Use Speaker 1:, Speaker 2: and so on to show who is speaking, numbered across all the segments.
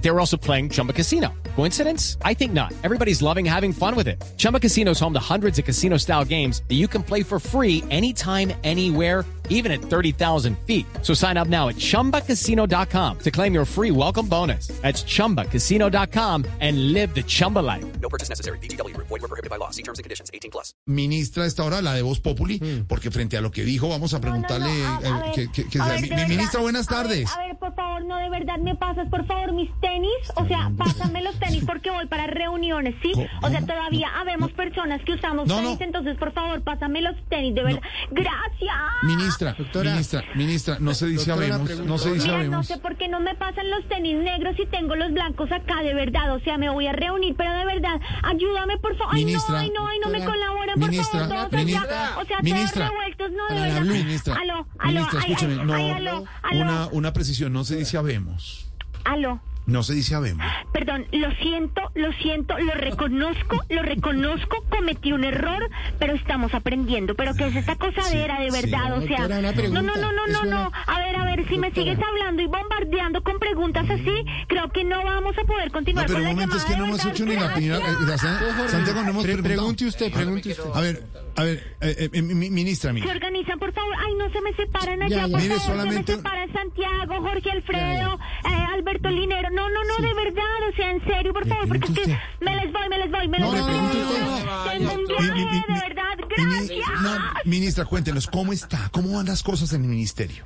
Speaker 1: They were also playing Chumba Casino. Coincidence? I think not. Everybody's loving having fun with it. Chumba Casino is home to hundreds of casino style games that you can play for free anytime, anywhere even at 30,000 feet. So sign up now at ChumbaCasino.com to claim your free welcome bonus. That's ChumbaCasino.com and live the Chumba life.
Speaker 2: No purchase necessary. BGW. Void were prohibited by law. See terms and conditions. 18 plus.
Speaker 3: ministra a esta hora, la de Voz Populi, porque frente a lo que dijo, vamos a
Speaker 4: No, no, no,
Speaker 3: preguntarle.
Speaker 4: a- a
Speaker 3: eh,
Speaker 4: ver,
Speaker 3: que- que- que
Speaker 4: a
Speaker 3: sea-
Speaker 4: ver,
Speaker 3: mi,
Speaker 4: de
Speaker 3: mi
Speaker 4: verdad,
Speaker 3: ministra, buenas
Speaker 4: a ver,
Speaker 3: tardes.
Speaker 4: A ver, por favor, no, de verdad, me pasas, por favor, mis tenis. O sea, pásame los tenis porque voy para reuniones, ¿sí?
Speaker 3: Co-
Speaker 4: O sea,
Speaker 3: ¿cómo?
Speaker 4: todavía habemos personas que usamos
Speaker 3: No,
Speaker 4: tenis,
Speaker 3: no.
Speaker 4: entonces, por favor, pásame los tenis, de verdad. Gracias.
Speaker 3: ministra,
Speaker 5: Ah, Doctora.
Speaker 3: ministra, ministra, no se dice
Speaker 5: Doctora,
Speaker 3: habemos,
Speaker 5: pregunta.
Speaker 3: no se dice
Speaker 4: Mira, no
Speaker 3: habemos.
Speaker 4: sé por qué no me pasan los tenis negros y tengo los blancos acá, de verdad. O sea, me voy a reunir, pero de verdad, ayúdame, por favor. Ay, no,
Speaker 3: Ministra,
Speaker 4: ay, no, ay, no me
Speaker 5: doctora,
Speaker 4: colaboran, por
Speaker 3: ministra,
Speaker 4: favor. Todos
Speaker 3: ministra,
Speaker 4: allá. O sea,
Speaker 3: ministra,
Speaker 4: todos revueltos, no, de
Speaker 3: Para la
Speaker 4: verdad.
Speaker 3: Blue, ministra,
Speaker 4: Aló, aló,
Speaker 3: ministra,
Speaker 4: ay, ay,
Speaker 3: escúcheme,
Speaker 4: ay,
Speaker 3: no,
Speaker 4: aló, aló.
Speaker 3: una, una precisión, no se dice habemos,
Speaker 4: Aló.
Speaker 3: no se dice habemos.
Speaker 4: Perdón, lo siento, lo siento, lo reconozco, lo reconozco, cometí un error, pero estamos aprendiendo. Pero que es esta cosadera de
Speaker 3: sí,
Speaker 4: verdad, o sea,
Speaker 5: doctora, una
Speaker 4: no,
Speaker 5: pregunta,
Speaker 4: no, no, no,
Speaker 5: es
Speaker 4: no,
Speaker 5: una-
Speaker 4: no. A ver, a ver, si me
Speaker 5: Doctora. Mm.
Speaker 4: sigues hablando y bombardeando con preguntas así, creo que no vamos a poder
Speaker 3: No,
Speaker 4: continuar
Speaker 3: pero
Speaker 4: con
Speaker 3: un
Speaker 4: la
Speaker 3: momento, es
Speaker 4: llamada.
Speaker 3: que
Speaker 4: de
Speaker 3: no hemos
Speaker 4: verdad,
Speaker 3: hecho ni la
Speaker 4: gracias.
Speaker 3: opinión. eh, la San- Santiago, no hemos
Speaker 5: Pre-
Speaker 3: preguntado.
Speaker 5: pregunte usted, pregunte usted.
Speaker 3: A ver, a ver, eh, eh, mi- ministra, mira.
Speaker 4: Se organizan, por favor. Ay, no se me separan allá,
Speaker 5: Ya, ya.
Speaker 4: por
Speaker 3: Mire,
Speaker 4: favor.
Speaker 3: solamente-
Speaker 4: Se me separan Santiago, Jorge Alfredo, eh, Alberto Linero. No, no, no, de verdad. O sea, en serio, por favor. Porque es
Speaker 3: pregunta
Speaker 4: que
Speaker 3: usted.
Speaker 4: me les voy, me les voy, me
Speaker 3: No,
Speaker 4: les
Speaker 3: no,
Speaker 4: voy.
Speaker 3: no, no, usted
Speaker 5: no.
Speaker 4: Tengo un
Speaker 3: Mi-
Speaker 4: viaje,
Speaker 3: mi- mi-
Speaker 4: de verdad.
Speaker 3: mi- mi-
Speaker 4: Gracias.
Speaker 3: no, ministra, cuéntenos, ¿cómo está? ¿Cómo van las cosas en el ministerio?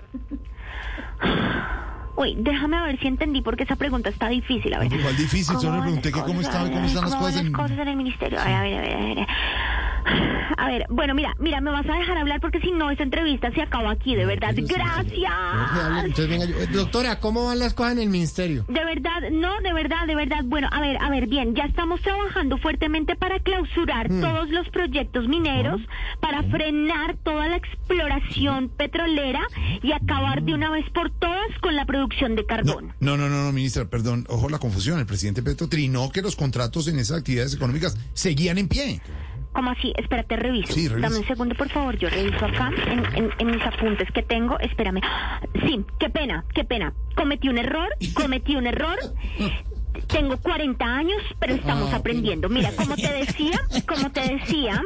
Speaker 4: Uy, déjame ver si entendí porque esa pregunta está difícil. A ver.
Speaker 3: No, ¿cuál difícil?
Speaker 4: ¿Cómo
Speaker 3: Solo
Speaker 4: van
Speaker 3: pregunté
Speaker 4: las
Speaker 3: que cómo
Speaker 4: cosas?
Speaker 3: están-
Speaker 4: Ay,
Speaker 3: cómo están
Speaker 4: ay,
Speaker 3: las
Speaker 4: ¿cómo
Speaker 3: cosas
Speaker 4: van
Speaker 3: en-
Speaker 4: cosas en el ministerio? Ay, a ver, a ver, a ver. A ver, bueno, mira, mira, me vas a dejar hablar porque si no, esa entrevista se acaba aquí, de verdad.
Speaker 5: Jorge, hable,
Speaker 4: Gracias.
Speaker 5: entonces venga yo. Eh, Doctora, ¿cómo van las cosas en el ministerio?
Speaker 4: De verdad, no, de verdad, de verdad. Bueno, a ver, a ver, bien, ya estamos trabajando fuertemente para clausurar
Speaker 3: Mm.
Speaker 4: todos los proyectos mineros, para frenar toda la exploración petrolera y acabar de una vez por todas con la producción de
Speaker 3: Mm. No,
Speaker 4: carbón.
Speaker 3: no, no, no, no, ministra, perdón, ojo la confusión. El presidente Petro trinó que los contratos en esas actividades económicas seguían en pie.
Speaker 4: ¿Cómo así? Espérate, reviso.
Speaker 3: Sí, revisa.
Speaker 4: Dame un segundo, por favor. Yo reviso acá en, en- en mis apuntes que tengo. Espérame. Sí, qué pena, qué pena. Cometí un error, cometí un error. Tengo 40 años, pero estamos
Speaker 5: Ah,
Speaker 4: aprendiendo. Mira, como te decía, como te decía,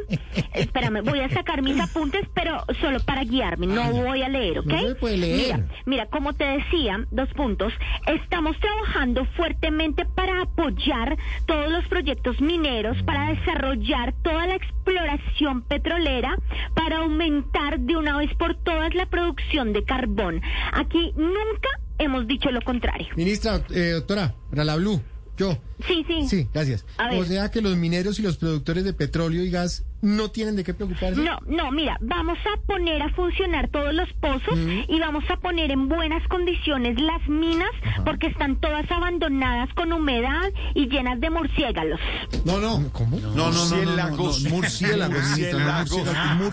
Speaker 4: espérame, voy a sacar mis apuntes, pero solo para guiarme, no voy a leer, ¿ok?
Speaker 5: No se puede leer.
Speaker 4: Mira, Mira, como te decía, dos puntos, estamos trabajando fuertemente para apoyar todos los proyectos mineros, para desarrollar toda la exploración petrolera, para aumentar de una vez por todas la producción de carbón. Aquí nunca hemos dicho lo contrario.
Speaker 5: Ministra, eh, doctora, para la Blue, yo.
Speaker 4: Sí, sí.
Speaker 5: Sí, gracias.
Speaker 4: A ver.
Speaker 5: O sea que los mineros y los productores de petróleo y gas no tienen de qué preocuparse.
Speaker 4: No, no, mira, vamos a poner a funcionar todos los pozos y vamos a poner en buenas condiciones las minas porque están todas abandonadas con humedad y llenas de murciélagos.
Speaker 3: No, no.
Speaker 5: ¿Cómo?
Speaker 3: No, no, no, no, no, no, no, murciélagos, ministra, no, murciélagos,